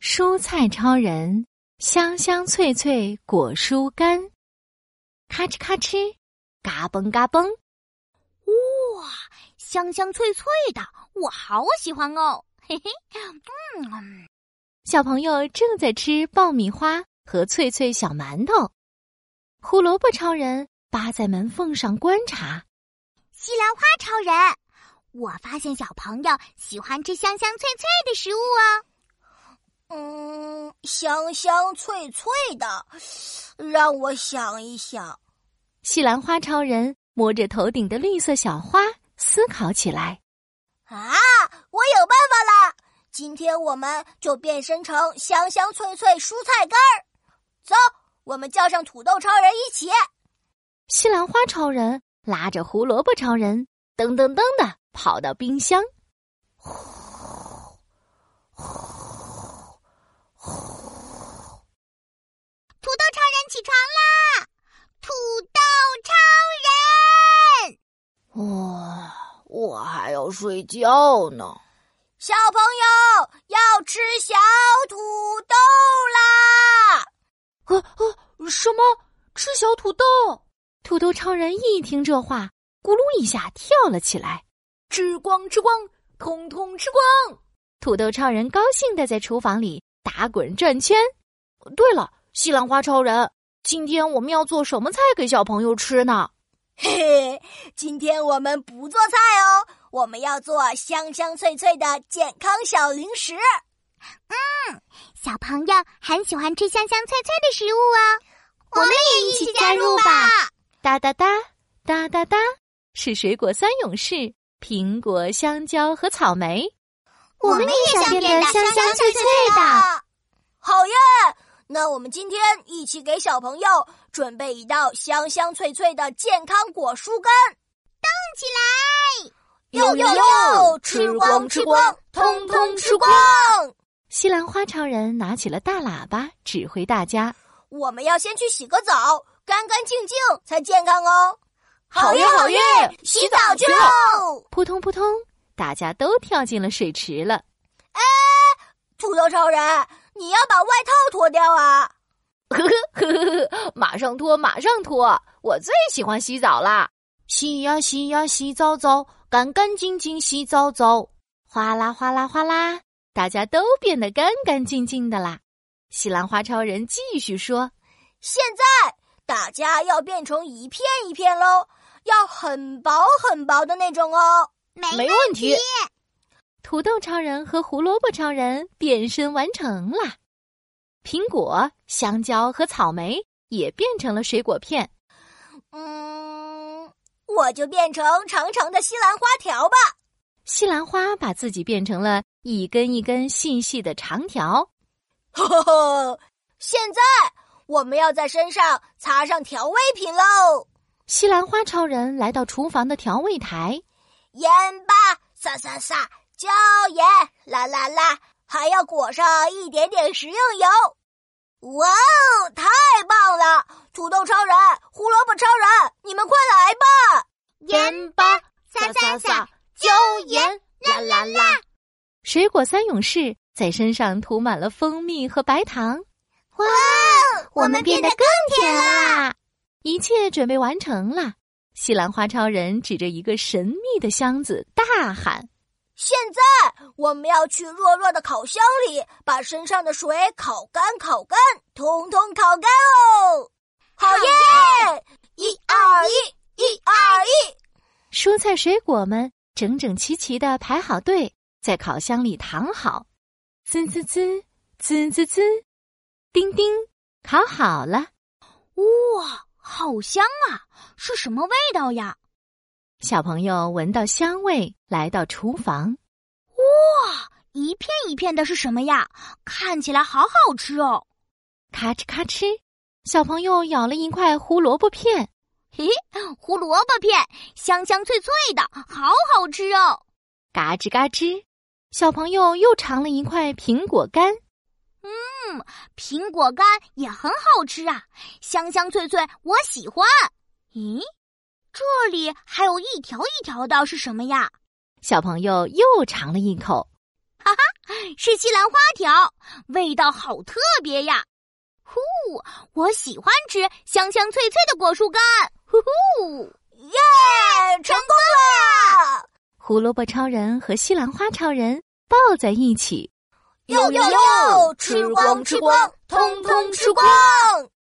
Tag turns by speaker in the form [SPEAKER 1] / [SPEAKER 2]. [SPEAKER 1] 蔬菜超人，香香脆脆果蔬干，咔哧咔哧，嘎嘣嘎嘣，
[SPEAKER 2] 哇，香香脆脆的，我好喜欢哦！嘿嘿，嗯，
[SPEAKER 1] 小朋友正在吃爆米花和脆脆小馒头。胡萝卜超人扒在门缝上观察，
[SPEAKER 2] 西兰花超人，我发现小朋友喜欢吃香香脆脆的食物哦。
[SPEAKER 3] 嗯，香香脆脆的，让我想一想。
[SPEAKER 1] 西兰花超人摸着头顶的绿色小花，思考起来。
[SPEAKER 3] 啊，我有办法啦！今天我们就变身成香香脆脆蔬菜干儿。走，我们叫上土豆超人一起。
[SPEAKER 1] 西兰花超人拉着胡萝卜超人，噔噔噔的跑到冰箱。
[SPEAKER 2] 土豆超人起床啦！土豆超人，
[SPEAKER 4] 哇，哦我还要睡觉呢。
[SPEAKER 3] 小朋友要吃小土豆啦！
[SPEAKER 1] 呃
[SPEAKER 4] 啊啊，什么？吃小土豆？
[SPEAKER 1] 土豆超人一听这话，咕噜一下跳了起来。
[SPEAKER 4] 吃光吃光，通通吃光！
[SPEAKER 1] 土豆超人高兴的在厨房里打滚转圈。
[SPEAKER 4] 对了，西兰花超人，今天我们要做什么菜给小朋友吃呢？
[SPEAKER 3] 嘿嘿，今天我们不做菜哦，我们要做香香脆脆的健康小零食。
[SPEAKER 2] 嗯小朋友很喜欢吃香香脆脆的食物哦。我们也一
[SPEAKER 4] 起加入吧！
[SPEAKER 1] 哒哒哒哒哒哒，是水果三勇士：苹果、香蕉和草莓。
[SPEAKER 2] 我们也想变得香香脆脆的。
[SPEAKER 3] 好耶！那我们今天一起给小朋友准备一道香香脆脆的健康果蔬干，动起来！哟哟哟，吃光吃光，通通吃光！
[SPEAKER 1] 西兰花超人拿起了大喇叭，指挥大家。
[SPEAKER 3] 我们要先去洗个澡，干干净净才健康哦。
[SPEAKER 4] 好耶好耶
[SPEAKER 3] 洗澡去喽！
[SPEAKER 1] 扑通扑通，大家都跳进了水池了。
[SPEAKER 3] 土豆超人，你要把外套脱掉啊！
[SPEAKER 4] 呵呵呵呵，马上脱，马上脱！我最喜欢洗澡啦！洗呀洗呀洗澡澡，干干净净洗澡澡。
[SPEAKER 1] 哗啦哗啦哗啦，大家都变得干干净净的啦。西兰花超人继续说
[SPEAKER 3] 现在大家要变成一片一片喽，要很薄很薄的那种哦。
[SPEAKER 2] 没
[SPEAKER 4] 没问题。：“
[SPEAKER 1] 土豆超人和胡萝卜超人变身完成啦。”苹果、香蕉和草莓也变成了水果片。
[SPEAKER 3] 嗯，我就变成长长的西兰花条吧。
[SPEAKER 1] 西兰花把自己变成了一根一根细细的长条。
[SPEAKER 3] 呵呵，现在我们要在身上擦上调味品喽，
[SPEAKER 1] 西兰花超人来到厨房的调味台，
[SPEAKER 3] 盐巴撒撒撒，椒盐啦啦啦，还要裹上一点点食用油。哇哦，太棒了！土豆超人、胡萝卜超人，你们快来吧！
[SPEAKER 2] 盐巴
[SPEAKER 4] 撒撒撒，
[SPEAKER 2] 椒盐
[SPEAKER 4] 啦啦啦！
[SPEAKER 1] 水果三勇士在身上涂满了蜂蜜和白糖。
[SPEAKER 2] 哇，我们变得更甜啦！
[SPEAKER 1] 啦！一切准备完成啦！西兰花超人指着一个神秘的箱子大喊
[SPEAKER 3] 现在我们要去弱弱的烤箱里，把身上的水烤干，烤干，通通烤干哦！好耶！一二一，一二一。：“
[SPEAKER 1] 蔬菜水果们整整齐齐的排好队，在烤箱里躺好。”滋滋滋，滋滋滋，叮叮，烤好了！
[SPEAKER 2] 哇，好香啊！是什么味道呀？
[SPEAKER 1] 小朋友闻到香味，来到厨房。
[SPEAKER 2] 一片一片的是什么呀？看起来好好吃哦！
[SPEAKER 1] 咔哧咔哧，小朋友咬了一块胡萝卜片。
[SPEAKER 2] 嘿，胡萝卜片香香脆脆的，好好吃哦！
[SPEAKER 1] 嘎吱嘎吱，小朋友又尝了一块苹果干。
[SPEAKER 2] 苹果干也很好吃啊，香香脆脆，我喜欢。咦，这里还有一条一条的，是什么呀？
[SPEAKER 1] 小朋友又尝了一口，
[SPEAKER 2] 是西兰花条，味道好特别呀！呼，我喜欢吃香香脆脆的果蔬干。呼呼，
[SPEAKER 3] 耶，成功了！
[SPEAKER 1] 胡萝卜超人和西兰花超人抱在一起。
[SPEAKER 3] 哟哟哟，吃光吃光，通通吃光。